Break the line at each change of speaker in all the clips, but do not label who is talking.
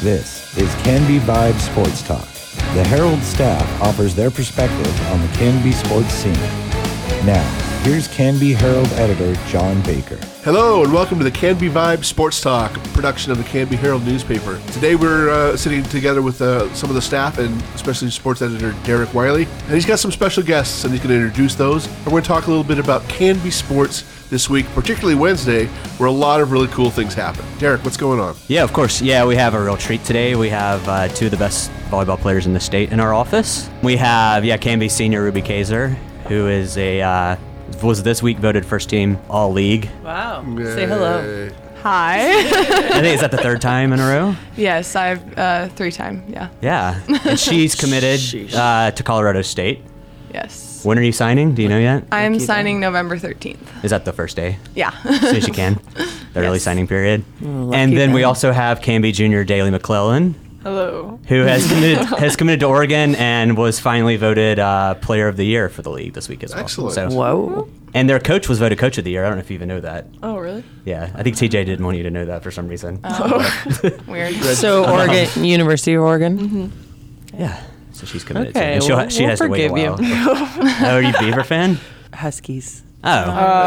This is Canby Vibe Sports Talk. The Herald staff offers their perspective on the Canby sports scene. Now, here's Canby Herald editor John Baker.
Hello and welcome to the Canby Vibe Sports Talk, a production of the Canby Herald newspaper. Today we're uh, sitting together with uh, some of the staff and especially sports editor Derek Wiley, and he's got some special guests and he's going to introduce those. And we're going to talk a little bit about Canby sports this week, particularly Wednesday, where a lot of really cool things happen. Derek, what's going on?
Yeah, of course. Yeah, we have a real treat today. We have uh, two of the best volleyball players in the state in our office. We have yeah, Canby senior Ruby Kaiser, who is a uh, was this week voted first team all league.
Wow. Say hello.
Yay.
Hi.
I think is that the third time in a row.
yes, I've uh, three time. Yeah.
Yeah, and she's committed uh, to Colorado State.
Yes.
When are you signing? Do you know yet?
I'm signing November 13th.
Is that the first day?
Yeah.
soon as you can. The early
Yes.
signing period. and then we
them.
also have Canby Junior Daley McClellan,
Hello.
who has committed has committed to Oregon and was finally voted uh, Player of the Year for the league this week as well.
Excellent.
So-
Whoa.
and their coach was voted Coach of the Year. I don't know if you even know that.
Oh, really?
Yeah, I think TJ didn't want you to know that for some reason.
Oh.
Weird.
So Oregon, University of Oregon.
yeah, so she's committed. to it.
Okay,
and she'll-
well,
she has
we'll
to wait a while.
forgive
oh, are you Beaver fan?
Huskies.
Oh,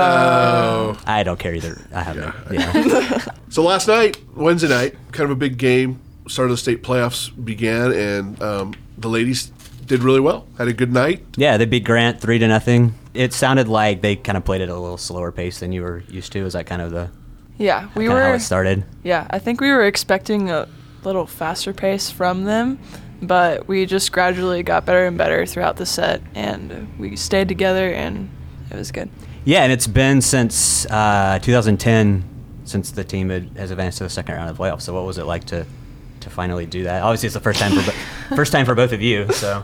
Oh.
I don't care either. I haven't. Yeah.
So last night, Wednesday night, kind of a big game. Start of the state playoffs began, and um, the ladies did really well. Had a good night.
Yeah, they beat Grant three to nothing. It sounded like they kind of played at a little slower pace than you were used to. Is that kind of the
Yeah, we
kinda how
were.
it started?
Yeah, I think we were expecting a little faster pace from them, but we just gradually got better and better throughout the set, and we stayed together, and it was good.
Yeah, and it's been since uh, 2010 since the team had, has advanced to the second round of the playoffs. So, what was it like to to finally do that? Obviously, it's the first time for bo- first time for both of you. So,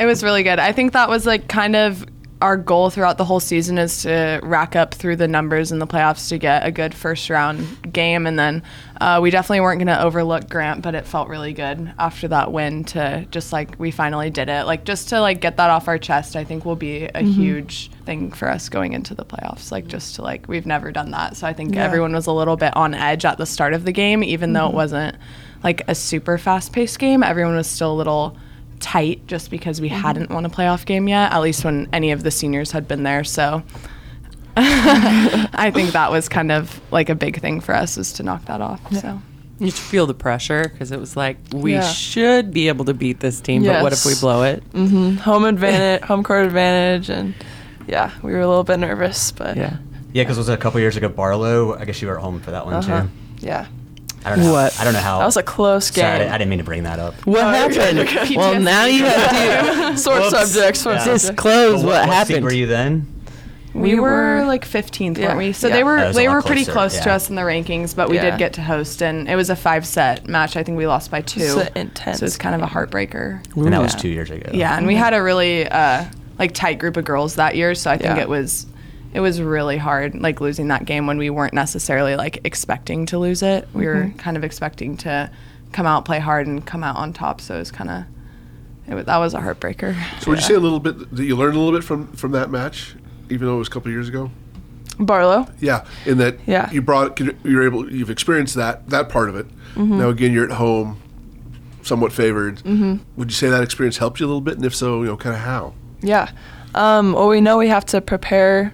It was really good. I think that was like kind of our goal throughout the whole season is to rack up through the numbers in the playoffs to get a good first round game. And then uh, we definitely weren't going to overlook Grant, but it felt really good after that win to just like we finally did it. Like just to like get that off our chest, I think will be a huge thing for us going into the playoffs. Like just to like, we've never done that. So I think everyone was a little bit on edge at the start of the game, even
Mm-hmm.
though it wasn't like a super fast paced game. Everyone was still a little tight just because
Mm-hmm.
we hadn't won a playoff game yet, at least when any of the seniors had been there. So I think that was kind of like a big thing for us is to knock that off. So
You should feel the pressure because it was like we
Yeah.
should be able to beat this team, but what if we
Yes.
blow it?
Mm-hmm.
Home advantage, home court advantage, and yeah, we were a little bit nervous, but
Yeah.
yeah, because was it a couple years ago? Barlow, I guess you were at home for that one
uh,
too.
yeah,
I don't know.
What?
I don't know how.
that was a close game.
Oh, Sorry, I di- I didn't mean to bring that up.
What happened? Well, now you have
Sore subjects. Sore
Yeah.
to
subjects.
disclose what,
what seed
happened.
were you then?
we,
We
were,
were-
like 15th,
Yeah.
weren't we? So
Yeah.
they
That
were
was a
they
lot
were pretty
closer,
close to
yeah.
us in the rankings, but we
Yeah.
did get to host, and it was a five set match. I think we lost by two.
It's
So
an
it's
intense.
kind of a heartbreaker.
And that was
Yeah.
two years ago.
Yeah, and we had a really uh, like tight group of girls that year, so I think
Yeah.
it was it was really hard like losing that game when we weren't necessarily like expecting to lose it. We were
Mm-hmm.
kind of expecting to come out, play hard, and come out on top. So it was kind of it was, that was a heartbreaker.
So would you say a little bit that you learned a little bit from from that match, even though it was a couple of years ago?
Barlow.
Yeah, in that
Yeah.
you brought you're able you've experienced that that part of it. Now again, you're at home, somewhat favored. Would you say that experience helped you a little bit, and if so, you know, kind of how?
Yeah. Um, well, we know we have to prepare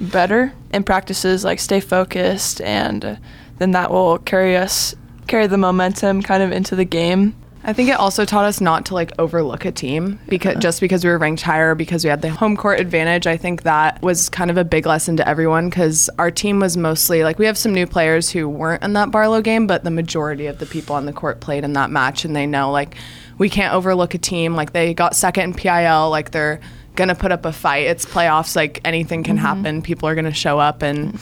better in practices, like stay focused, and uh, then that will carry us, carry the momentum kind of into the game.
I think it also taught us not to like overlook a team because just because we were ranked higher because we had the home court advantage. I think that was kind of a big lesson to everyone because our team was mostly like we have some new players who weren't in that Barlow game, but the majority of the people on the court played in that match, and they know like we can't overlook a team. Like they got second in PIL, like they're gonna put up a fight. It's playoffs, like anything can happen. People are gonna show up, and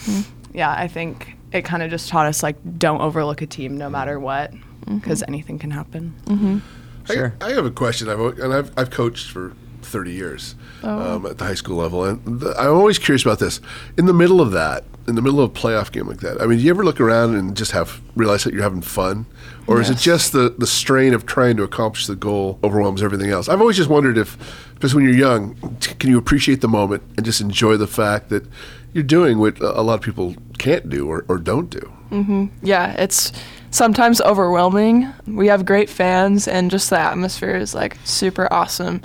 yeah, I think it kind of just taught us like don't overlook a team no matter what because anything can happen.
Sure.
I, I have a question. I've, al- and I've, I've coached for 30 years um, at the high school level. And the, I'm always curious about this. In the middle of that, in the middle of a playoff game like that, I mean, do you ever look around and just have realize that you're having fun? Or is it just the, the strain of trying to accomplish the goal overwhelms everything else? I've always just wondered if, because when you're young, t- can you appreciate the moment and just enjoy the fact that you're doing what a a lot of people can't do or, or don't do?
Yeah, it's sometimes overwhelming. We have great fans, and just the atmosphere is like super awesome.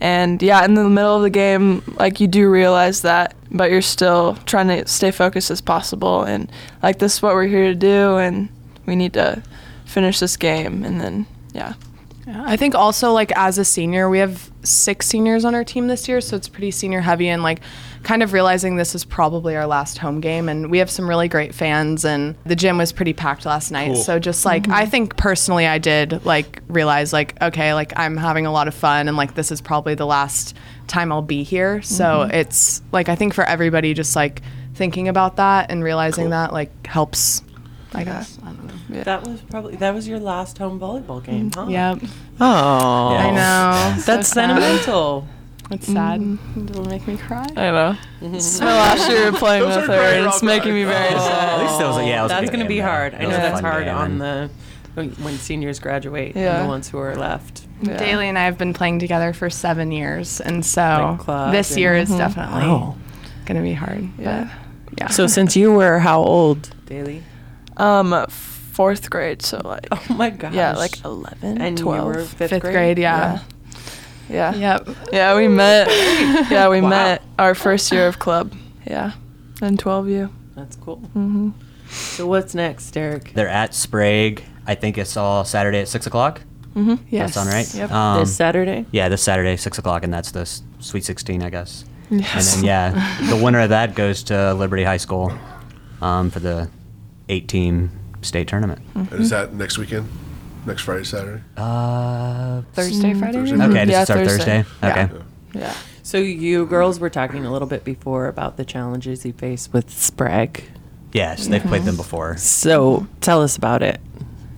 And yeah, in the middle of the game, like you do realize that, but you're still trying to stay focused as possible. And like, this is what we're here to do, and we need to finish this game. And then, yeah.
I think also like as a senior, we have six seniors on our team this year, so it's pretty senior heavy and like kind of realizing this is probably our last home game and we have some really great fans and the gym was pretty packed last night.
Cool.
So just like I think personally I did like realize like okay, like I'm having a lot of fun and like this is probably the last time I'll be here. So it's like I think for everybody just like thinking about that and realizing that like helps I guess. I don't know.
That was probably that was your last home volleyball game, huh?
Yeah.
Oh,
Yeah.
I know.
that's
So sad.
sentimental.
It's sad. It'll make me cry.
I know. It's my last year playing
Those
with
are
her,
great
and it's
rock
making me very
cards.
sad.
At least that was a, yeah, it was a
that's
good
gonna
game,
be
though.
hard. I
It
know
was a
that's
fun
hard
game,
on
and-
the when when seniors graduate and
Yeah.
the ones who are left.
Yeah.
Daly and I have been playing together for seven years, and so
Like club
this
and-
year is definitely gonna be hard.
Yeah.
But yeah.
So since you were how old?
Daily.
Um, fourth grade, so like,
Oh my gosh.
yeah, like 11,
and
12.
you were fifth,
fifth grade, yeah.
yeah.
Yep.
Yeah, we met. Yeah, we
Wow.
met our first year of club. Yeah, and 12U.
That's cool. So what's next, Derek?
They're at Sprague. I think it's all Saturday at six o'clock.
Yes.
Sound right?
Yep.
Um,
this Saturday.
yeah, this Saturday, six o'clock, and that's the s- Sweet Sixteen, I guess. And then yeah, the winner of that goes to Liberty High School um, for the eight-team state tournament.
Mm-hmm.
And is that next weekend? Next Friday, Saturday?
Uh,
Thursday, Friday.
Thursday,
okay,
Friday?
this
Yeah,
is our Thursday.
Thursday.
Okay.
Yeah.
So you girls were talking a little bit before about the challenges you faced with Sprague.
Yes, they've
Mm-hmm.
played them before.
So tell us about it.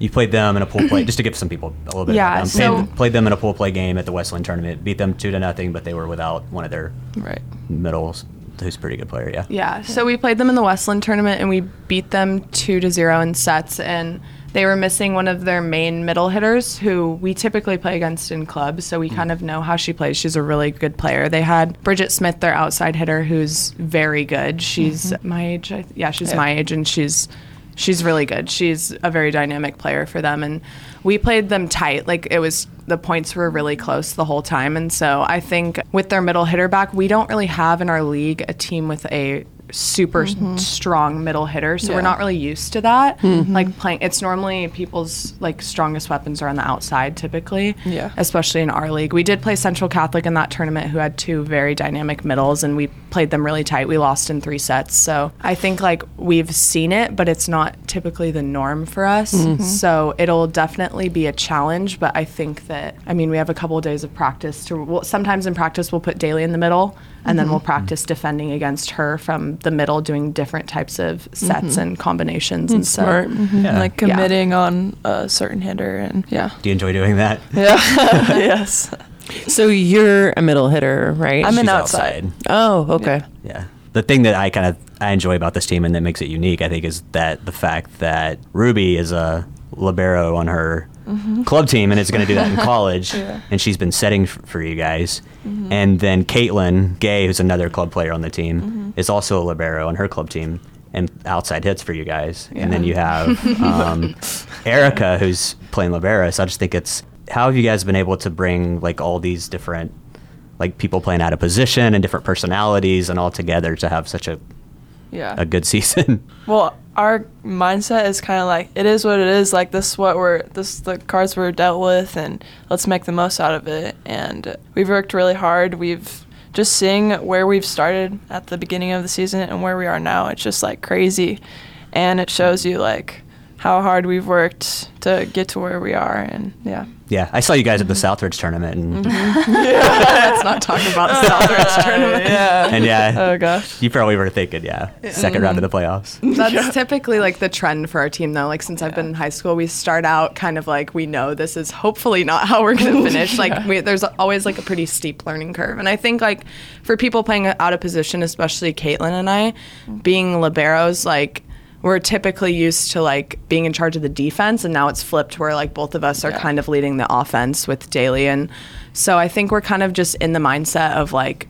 You played them in a pool play, just to give some people a little bit.
Yeah,
Of, um,
so-
played, played them in a pool play game at the Westland tournament. Beat them two to nothing, but they were without one of their
Right.
middles, who's a pretty good player. Yeah.
Yeah. So we played them in the Westland tournament and we beat them two to zero in sets and they were missing one of their main middle hitters who we typically play against in clubs, so we kind of know how she plays. She's a really good player. They had Bridget Smith, their outside hitter, who's very good. She's my age. I, yeah, she's my age and she's she's really good. She's a very dynamic player for them, and we played them tight. Like it was the points were really close the whole time, and so I think with their middle hitter back, we don't really have in our league a team with a super s- strong middle hitter, so we're
Mm-hmm. Yeah.
not
Mm-hmm.
really used to that. Like playing, it's normally people's like strongest weapons are on the outside typically.
Yeah.
especially in our league. We did play Central Catholic in that tournament, who had two very dynamic middles, and we played them really tight. We lost in three sets. So I think like we've seen it, but it's not typically the norm for us. So it'll definitely be a challenge. But I think that I mean we have a couple of days of practice to. Well, sometimes in practice we'll put Daly in the middle, and then we'll practice defending against her from the middle, doing different types of sets and combinations and so.
Smart.
Yeah.
mm-hmm. Like committing on a certain hitter, and yeah.
Do you enjoy doing that?
yes.
So you're a middle hitter, right?
I'm an
She's
outside.
Oh, okay.
Yeah. The thing that I kind of I enjoy about this team and that makes it unique, I think, is that the fact that Ruby is a libero on her club team and is going to do that in college, and she's been setting f- for you guys. And then Caitlin Gay, who's another club player on the team, is also a libero on her club team and outside hits for you guys. And then you have um, Erica, who's playing libero. So I just think it's how have you guys been able to bring like all these different like people playing out of position and different personalities and all together to have such a,
Yeah.
a good season.
Well, our mindset is kind of like it is what it is. Like this, is what we're this is the cards we're dealt with, and let's make the most out of it. And we've worked really hard. We've just seeing where we've started at the beginning of the season and where we are now. It's just like crazy, and it shows you like how hard we've worked to get to where we are. And yeah,
yeah, I saw you guys at the Southridge tournament and,
Let's not talk about the Southridge tournament.
and yeah,
oh gosh,
you probably were thinking, yeah, 2nd round of the playoffs.
That's typically like the trend for our team, though. Like since I've been in high school, we start out kind of like we know this is hopefully not how we're going to finish. Like we, there's always like a pretty steep learning curve, and I think like for people playing out of position, especially Caitlin and I, being liberos, like we're typically used to like being in charge of the defense and now it's flipped where like both of us are kind of leading the offense with Daly and so I think we're kind of just in the mindset of like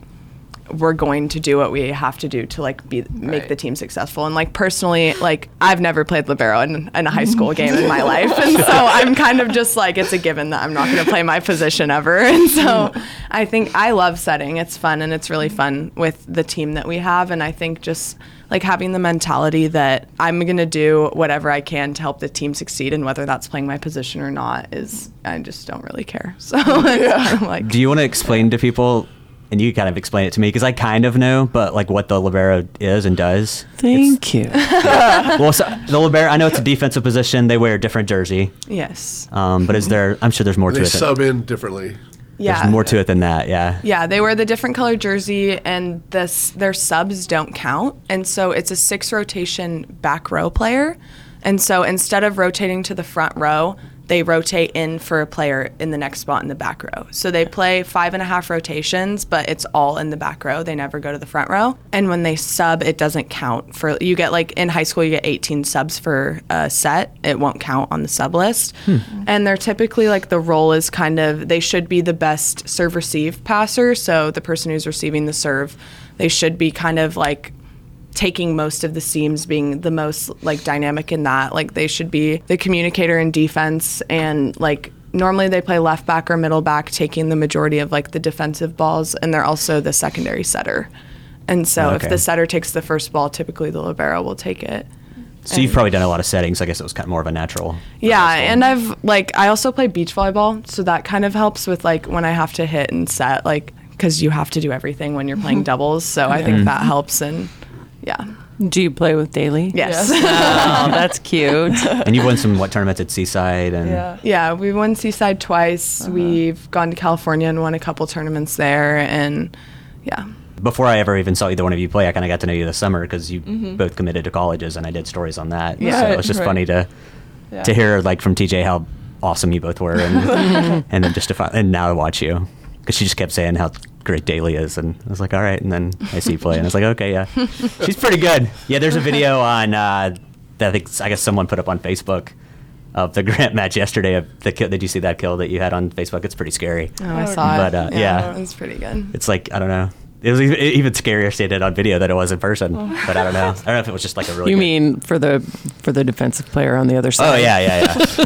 we're going to do what we have to do to like be make the team successful. And like personally, like I've never played libero in, in a high school game in my life, and so I'm kind of just like it's a given that I'm not going to play my position ever. And so I think I love setting. It's fun and it's really fun with the team that we have. And I think just like having the mentality that I'm going to do whatever I can to help the team succeed, and whether that's playing my position or not is I just don't really care. So I'm like.
Do you want to explain to people, and you kind of explain it to me because I kind of know, but like what the libero is and does?
Thank you.
Well, so, the libero, I know it's a defensive position. They wear a different jersey,
Yes.
um, but is there? I'm sure there's more to
They
it. Than,
sub in differently.
Yeah.
There's more to it than that. Yeah.
Yeah, they wear the different color jersey, and this their subs don't count, and so it's a six rotation back row player, and so instead of rotating to the front row, they rotate in for a player in the next spot in the back row. So they play five and a half rotations, but it's all in the back row. They never go to the front row, and when they sub, it doesn't count for you get like in high school you get 18 subs for a set. It won't count on the sub list, and they're typically like the role is kind of they should be the best serve receive passer. So the person who's receiving the serve, they should be kind of like taking most of the seams, being the most like dynamic in that. Like they should be the communicator in defense and like normally they play left back or middle back, taking the majority of like the defensive balls, and they're also the secondary setter. And so
Okay.
if the setter takes the first ball, typically the libero will take it.
So you've probably done a lot of settings. I guess it was kind of more of a natural.
Yeah, and I've like I also play beach volleyball, so that kind of helps with like when I have to hit and set like cuz you have to do everything when you're playing doubles, so I think that helps and yeah.
Do you play with Daly?
Yes.
Oh, that's cute.
And you've won some what tournaments at Seaside and
Yeah.
Yeah, we won Seaside twice. We've gone to California and won a couple tournaments there. And yeah,
before I ever even saw either one of you play, I kind of got to know you this summer because you both committed to colleges, and I did stories on that.
Yeah.
so it was just
Mm-hmm. Right.
funny to
Yeah.
to hear like from TJ how awesome you both were, and and then just to find, and now I watch you because she just kept saying how great Daly is, and I was like, all right, and then I see you play, and I was like, okay, yeah, she's pretty good. Yeah, there's a video on uh, that I think I guess someone put up on Facebook. Of the Grant match yesterday, of the kill, did you see that kill that you had on Facebook? It's pretty
Mm-hmm.
scary.
oh, I saw
But,
it.
uh, yeah.
it was pretty good.
it's like I don't know. It was even, even scarier if they did on video than it was in person.
Oh.
But I don't know. I don't know if it was just like a really.
You
good-
mean for the for the defensive player on the other
Oh
side?
yeah, yeah, yeah,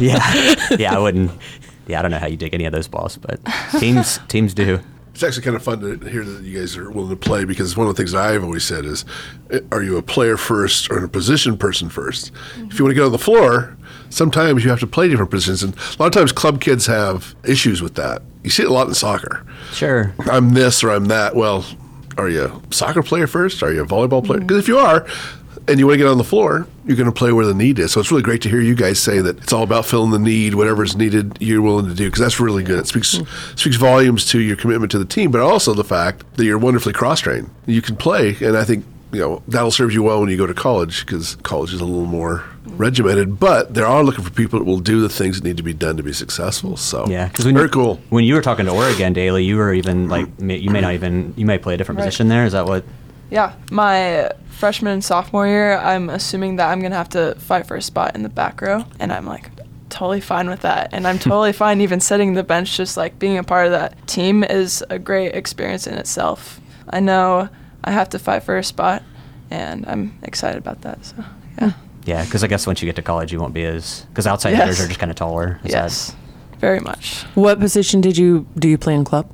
yeah, yeah. I wouldn't. Yeah, I don't know how you dig any of those balls, but teams teams do.
It's actually kind of fun to hear that you guys are willing to play because one of the things that I've always said is, eh, are you a player first or a position person 1st If you want to go to the floor, sometimes you have to play different positions, and a lot of times club kids have issues with that. You see it a lot in soccer.
Sure.
I'm this or I'm that. Well, are you a soccer player first? Are you a volleyball player? Because if you are, and you want to get on the floor, you're going to play where the need is. So it's really great to hear you guys say that it's all about filling the need, whatever's needed, you're willing to do because that's really good. It speaks speaks volumes to your commitment to the team, but also the fact that you're wonderfully cross trained. You can play, and I think you know that'll serve you well when you go to college because college is a little more regimented. But they are looking for people that will do the things that need to be done to be successful. So
Yeah, because
very cool.
When you were talking to Oregon daily, you were even like may- you may not even you may play a different position there. Is that what?
Yeah, my freshman and sophomore year, I'm assuming that I'm gonna have to fight for a spot in the back row, and I'm like totally fine with that, and I'm totally fine even sitting the bench. Just like being a part of that team is a great experience in itself. I know I have to fight for a spot, and I'm excited about that. So yeah,
Yeah, because I guess once you get to college, you won't be as because outside
Yes.
hitters are just kind of taller. Is that-
yes, very much
What position did you do you play in club?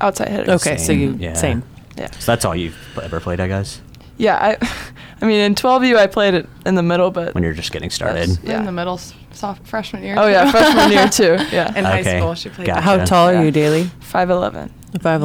outside hitters.
Okay, so
Same,
you
yeah.
same.
Yeah.
so that's all you've ever played, I guess.
Yeah. I, I mean, in 12U, I played it in the middle, but
When you're just getting started.
Yes.
In
Yeah.
the middle s- soft freshman year.
oh yeah,
too.
freshman year too. Yeah,
in
Okay.
high school, she played.
Got
How
Yeah.
tall
Yeah.
are you, Daly?
five eleven.
Five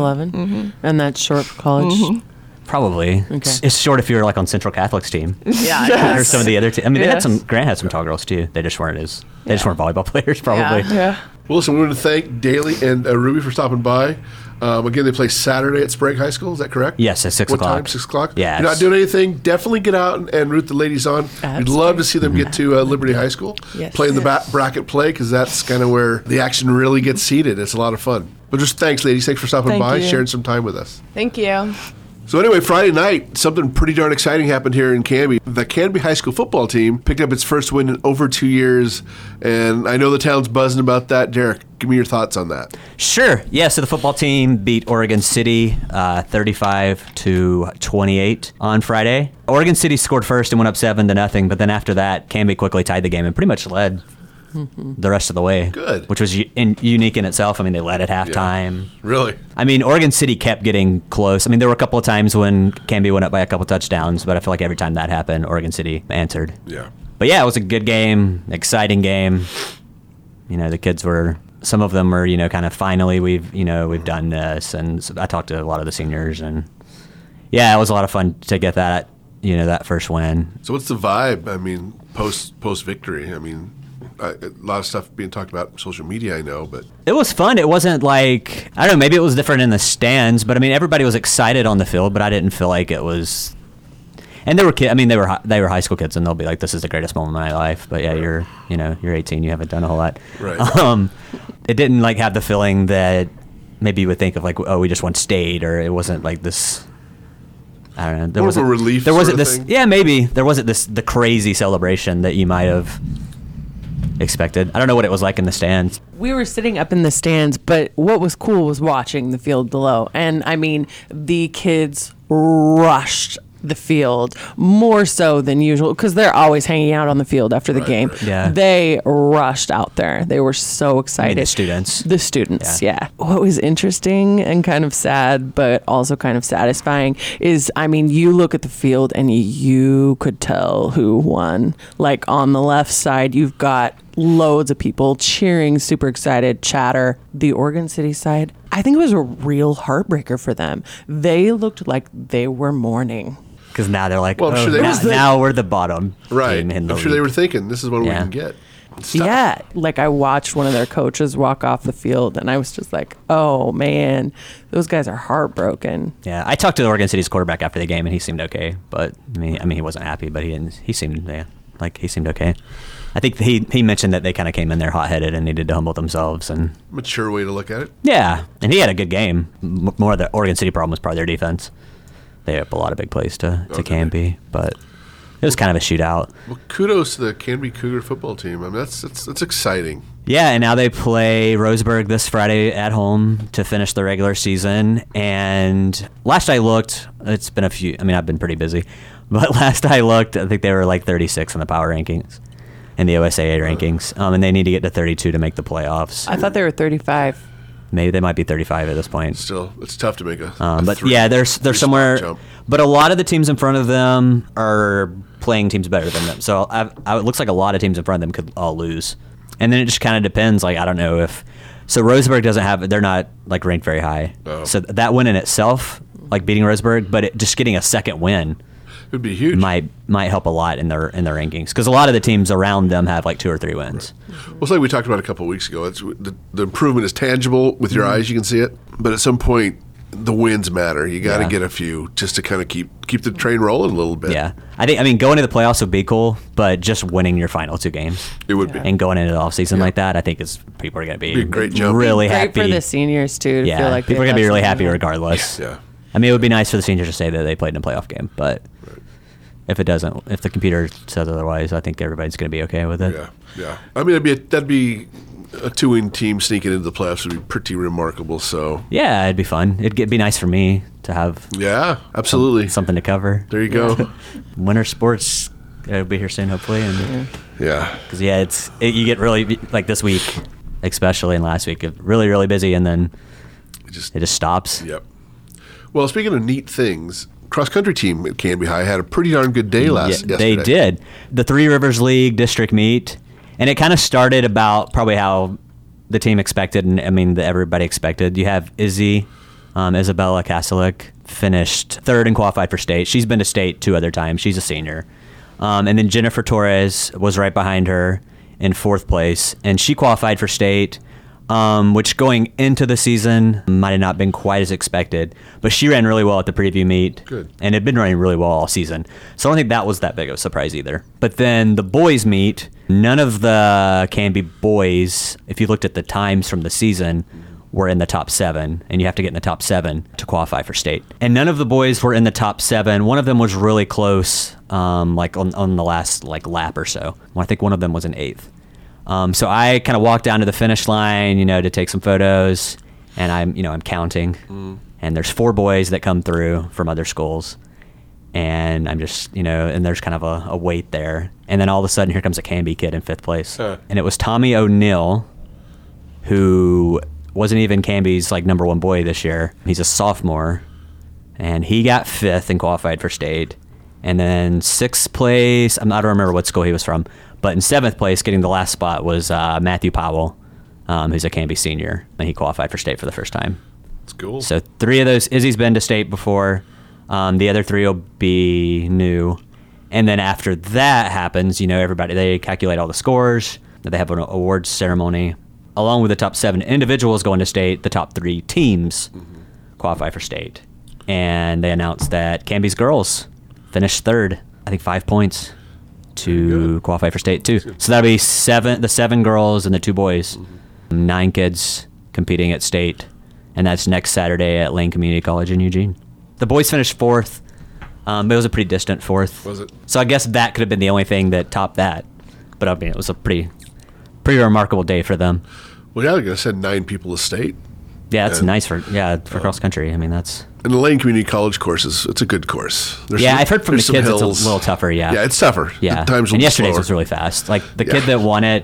and that's short for college.
Probably. It's, it's short if you're like on Central Catholic's team.
Yeah.
or some of the other teams. I mean, they had
Yes.
some. Grant had some tall girls too. They just weren't as. They just weren't volleyball players, probably.
Yeah.
Yeah.
Well, listen, we want to thank Daly and uh, Ruby for stopping by. Um, again, they play Saturday at Sprague High School. Is that correct?
Yes, at six
what
o'clock.
Time? Six o'clock.
Yes.
You're not doing anything. Definitely get out and, and root the ladies on. We'd love to see them get to uh, Liberty High School.
Yes.
Play in the ba- bracket play because that's kind of where the action really gets seated. It's a lot of fun. But just thanks, ladies. Thanks for stopping
Thank
by,
you.
sharing some time with us.
Thank you.
So anyway, Friday night, something pretty darn exciting happened here in Canby. The Canby High School football team picked up its first win in over two years, and I know the town's buzzing about that. Derek, give me your thoughts on that.
Sure. Yeah. So the football team beat Oregon City uh, 35 to 28 on Friday. Oregon City scored first and went up seven to nothing, but then after that, Canby quickly tied the game and pretty much led
Mm-hmm.
the rest of the way.
Good.
Which was u- in, unique in itself. I mean, they led at halftime.
Really?
I mean, Oregon City kept getting close. I mean, there were a couple of times when Canby went up by a couple touchdowns, but I feel like every time that happened, Oregon City answered.
Yeah.
But yeah, it was a good game, exciting game. You know, the kids were some of them were, you know, kind of finally we've, you know, we've done this and so I talked to a lot of the seniors and yeah, it was a lot of fun to get that, you know, that first win.
So what's the vibe? I mean, post post victory. I mean, I, a lot of stuff being talked about on social media. I know, but
It was fun. It wasn't like I don't know, maybe it was different in the stands, but I mean everybody was excited on the field, but I didn't feel like it was and they were kids. I mean, they were hi- they were high school kids, and they'll be like, "This is the greatest moment of my life." But yeah, you're you know you're 18, you haven't done a whole lot.
Right.
Um, it didn't like have the feeling that maybe you would think of like, "Oh, we just won state," or it wasn't like this. I don't know. There
More of
wasn't
a relief
There
sort
wasn't
of
this.
thing?
Yeah, maybe there wasn't this the crazy celebration that you might have expected. I don't know what it was like in the stands.
We were sitting up in the stands, but what was cool was watching the field below. And I mean, the kids rushed the field more so than usual because they're always hanging out on the field after the game.
Yeah.
They rushed out there. They were so
I mean,
excited.
the students.
The students,
Yeah.
yeah. What was interesting and kind of sad, but also kind of satisfying is I mean, you look at the field and you could tell who won. Like on the left side, you've got loads of people cheering, super excited, chatter. The Oregon City side, I think it was a real heartbreaker for them. They looked like they were mourning.
Because now they're like,
Well, I'm
oh,
sure they-
now,
Was the-
now we're the bottom.
right.
team in
I'm
the
sure they
league.
were thinking this is what we
Yeah.
can get. It's tough.
Yeah. Like I watched one of their coaches walk off the field and I was just like, oh man, those guys are heartbroken.
Yeah, I talked to the Oregon City's quarterback after the game, and he seemed okay. But I mean, I mean, he wasn't happy, but he didn't. He seemed yeah, like he seemed okay. I think he he mentioned that they kind of came in there hot headed and needed to humble themselves, and
Mature way to look at it.
yeah, and he had a good game. M- more of the Oregon City problem was probably their defense. They have a lot of big plays to to
Okay.
Canby, but it was kind of a shootout.
Well, kudos to the Canby Cougar football team. I mean, that's that's, that's exciting.
Yeah, and now they play Roseburg this Friday at home to finish the regular season. And last I looked, it's been a few. I mean, I've been pretty busy, but last I looked, I think they were like 36 in the power rankings, in the OSAA rankings, um, and they need to get to 32 to make the playoffs.
I thought they were 35.
Maybe they might be 35 at this point.
Still, it's tough to make a.
Um,
a
but
three-
yeah, there's they're
three-spot
somewhere.
jump.
But a lot of the teams in front of them are playing teams better than them. So I, I, it looks like a lot of teams in front of them could all lose, and then it just kind of depends. Like I don't know if so Roseburg doesn't have they're not like ranked very high.
Oh.
So that win in itself, like beating Roseburg, but it, just getting a second win
It would be huge.
might might help a lot in their in their rankings because a lot of the teams around them have like two or three wins.
Well, it's like we talked about a couple of weeks ago. It's the, the improvement is tangible with
Mm-hmm.
your eyes; you can see it. But at some point, the wins matter. You got to
Yeah.
get a few just to kind of keep keep the train rolling a little bit.
Yeah, I think I mean going to the playoffs would be cool, but just winning your final two games.
it would be.
and going into the off season like that, I think is people are going to be,
Be a great jump.
really
Great
happy.
for the seniors too. To
yeah,
feel like
people are
they've
going to be
got
really
something
happy
to-
regardless.
Yeah.
I mean, it would be nice for the seniors to say that they played in a playoff game, but if it doesn't, if the computer says otherwise, I think everybody's going to be okay with it.
Yeah, yeah. I mean, that'd be a, that'd be a two-win team sneaking into the playoffs would be pretty remarkable. So,
Yeah, it'd be fun. It'd get, be nice for me to have
yeah, absolutely.
something to cover.
there you go.
Winter sports. It'll be here soon, hopefully, and
yeah,
because yeah, it's it, you get really like this week, especially and last week, it really really busy, and then
It just
it just stops.
Yep. Well, speaking of neat things, cross country team at Canby High had a pretty darn good day last.
Yeah,
yesterday.
They did. The Three Rivers League district meet, and it kind of started about probably how the team expected, and I mean, that everybody expected. You have Izzy, um, Isabella Kasalik finished third and qualified for state. She's been to state two other times. She's a senior. Um, and then Jennifer Torres was right behind her in fourth place, and she qualified for state. Um, which going into the season might have not been quite as expected, but she ran really well at the preview meet
Good.
and had been running really well all season. So I don't think that was that big of a surprise either. But then the boys meet. None of the Canby boys, if you looked at the times from the season, were in the top seven, and you have to get in the top seven to qualify for state. And none of the boys were in the top seven. One of them was really close, um, like on, on the last like lap or so. Well, I think one of them was an eighth. Um, so I kind of walked down to the finish line, you know, to take some photos, and I'm, you know, I'm counting. And there's four boys that come through from other schools, and I'm just, you know, and there's kind of a, a wait there. And then all of a sudden, here comes a Canby kid in fifth place,
Huh.
and it was Tommy O'Neill, who wasn't even Canby's like number one boy this year. He's a sophomore, and he got fifth and qualified for state. And then sixth place, I'm- I don't remember what school he was from, but in seventh place, getting the last spot was uh, Matthew Powell, um, who's a Canby senior, and he qualified for state for the first time.
It's cool.
So three of those, Izzy's been to state before. Um, the other three will be new. And then after that happens, you know, everybody, they calculate all the scores. They have an awards ceremony. Along with the top seven individuals going to state, the top three teams qualify for state. And they announced that Canby's girls finished third, I think five points to qualify for state too. So that'll be seven, the seven girls and the two boys,
Mm-hmm.
nine kids competing at state, and that's next Saturday at Lane Community College in Eugene. The boys finished fourth, um, but it was a pretty distant fourth.
Was it?
So I guess that could have been the only thing that topped that. But I mean, it was a pretty, pretty remarkable day for them.
well, yeah, they're going to send nine people to state.
Yeah, that's
Yeah.
nice for yeah for cross country. I mean, that's
And the Lane Community College course is it's a good course. There's
yeah.
some-
I've heard from the
there's some
kids it's a
hills.
little tougher. Yeah,
Yeah, it's tougher.
Yeah,
The times a
and
little
yesterday's
slower.
was really fast. Like the kid that won it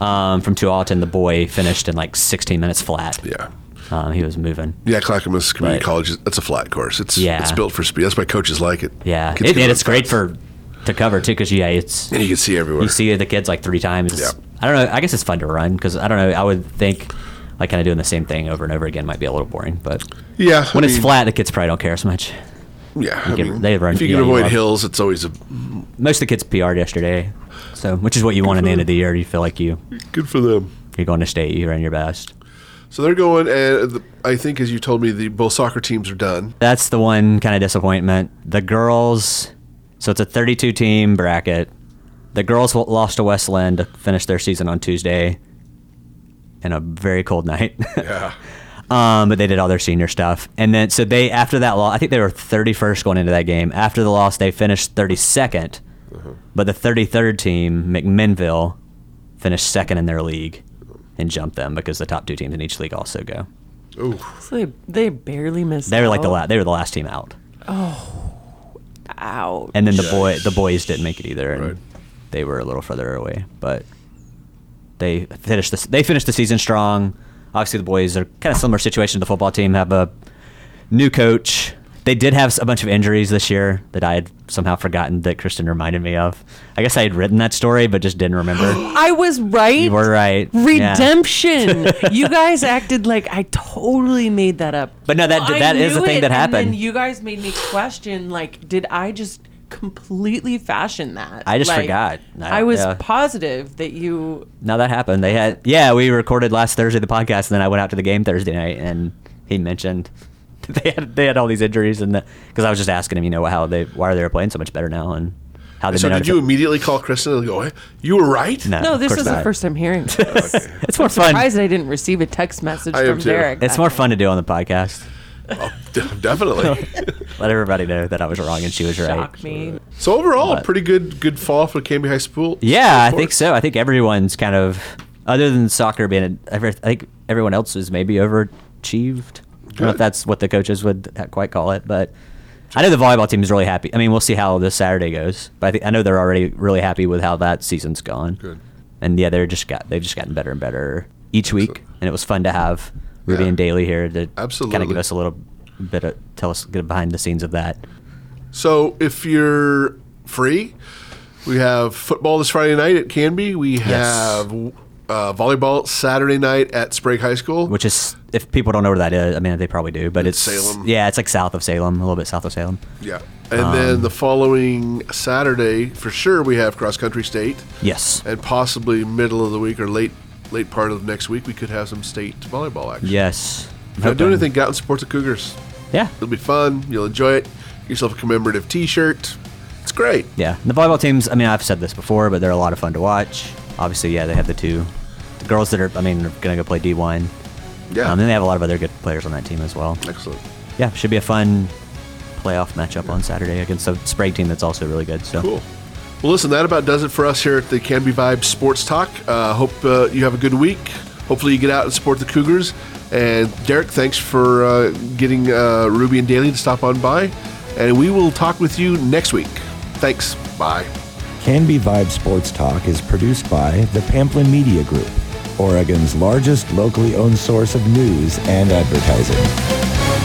um, from Tualatin, the boy finished in like 16 minutes flat.
Yeah.
Um, he was moving.
Yeah, Clackamas Community
But-
College. is- That's a flat course. It's
Yeah.
it's built for speed. That's why coaches like it.
Yeah,
Kids
it,
can
and
run
it's great
fast.
for to cover too because yeah, it's
And you can see everywhere.
you see the kids like three times.
Yeah.
I don't know. I guess it's fun to run because I don't know. I would think like kind of doing the same thing over and over again might be a little boring, but
yeah, I
when it's
mean,
flat, the kids probably don't care as much.
Yeah, I
can-
mean,
they run-
If you can
yeah, you
avoid
love-
hills, it's always a,
Most of the kids PR'd yesterday, so which is what you want at the end of the year. You feel like you
good for them.
you're going to state, you ran your best.
So they're going, and the, I think as you told me, the both soccer teams are done.
That's the one kind of disappointment. The girls, so it's a 32 team bracket. The girls w- lost to Westland to finish their season on Tuesday in a very cold night.
Yeah,
um, but they did all their senior stuff. And then, so they, after that loss, I think they were 31st going into that game. After the loss, they finished 32nd. But the 33rd team, McMinnville, finished second in their league and jumped them because the top two teams in each league also go.
So they, they barely missed.
They were like the
out.
la- they were the last team out.
Ouch.
and then the boy the boys didn't make it either and
Right.
they were a little further away but they finished the, they finished the season strong obviously the boys are kind of similar situation to the football team have a new coach they did have a bunch of injuries this year that I had somehow forgotten that Kristen reminded me of. I guess I had written that story but just didn't remember.
I was right.
you were right. Yeah.
Redemption. you guys acted like I totally made that up.
But no, that
Well,
that
I
is the
knew
thing
it,
that
And
happened.
then you guys made me question like, did I just completely fashion that?
I just
Like,
forgot. I-
I was
yeah.
positive that you.
Now that happened. They had yeah, we recorded last Thursday the podcast, and then I went out to the game Thursday night, and he mentioned that they had they had all these injuries, and because I was just asking him, you know, how they why are they playing so much better now, and how they
So did you immediately call Kristen and go, hey, "You were right"?
No, this is the first time hearing. This.
It's more
Surprised
fun.
I didn't receive a text message
I am
from
too.
Derek.
It's more fun to do on the podcast.
Oh, de- definitely.
Let everybody know that I was wrong and she was right.
Shock me.
so overall,
But-
pretty good good fall for Canby High School.
Yeah, I
Sports.
think so. I think everyone's kind of other than soccer being. every- I think everyone else is maybe overachieved. I don't know if
Good.
that's what the coaches would quite call it, but I know the volleyball team is really happy. I mean, we'll see how this Saturday goes, but I think I know they're already really happy with how that season's gone.
Good.
And yeah, they're just got they've just gotten better and better each week, and it was fun to have Ruby
Yeah.
and Daly here to kind
Absolutely.
of give us a little bit of tell us get behind the scenes of that.
So if you're free, we have football this Friday night at Canby. We have uh, volleyball Saturday night at Sprague High School.
which is if people don't know where that is, I mean they probably do, but it's
Salem.
Yeah, it's like south of Salem, a little bit south of Salem.
yeah. And
Um,
then the following Saturday, for sure, we have cross country state,
Yes.
and possibly middle of the week or late late part of next week, we could have some state volleyball action.
Yes.
If you don't do anything, get out and support the Cougars.
Yeah.
It'll be fun. You'll enjoy it. Get yourself a commemorative T-shirt. It's great.
Yeah. And the volleyball teams, I mean I've said this before, but they're a lot of fun to watch. Obviously, yeah, they have the two the girls that are I mean they're gonna go play D one.
Yeah.
Um, and they have a lot of other good players on that team as well.
Excellent.
Yeah, should be a fun playoff matchup on Saturday against a Sprague team that's also really good. So
Cool. Well, listen, that about does it for us here at the Can Be Vibe Sports Talk. Uh, hope uh, you have a good week. Hopefully, you get out and support the Cougars. And Derek, thanks for uh, getting uh, Ruby and Daly to stop on by. And we will talk with you next week. Thanks. Bye.
Can Be Vibe Sports Talk is produced by the Pamplin Media Group, Oregon's largest locally owned source of news and advertising.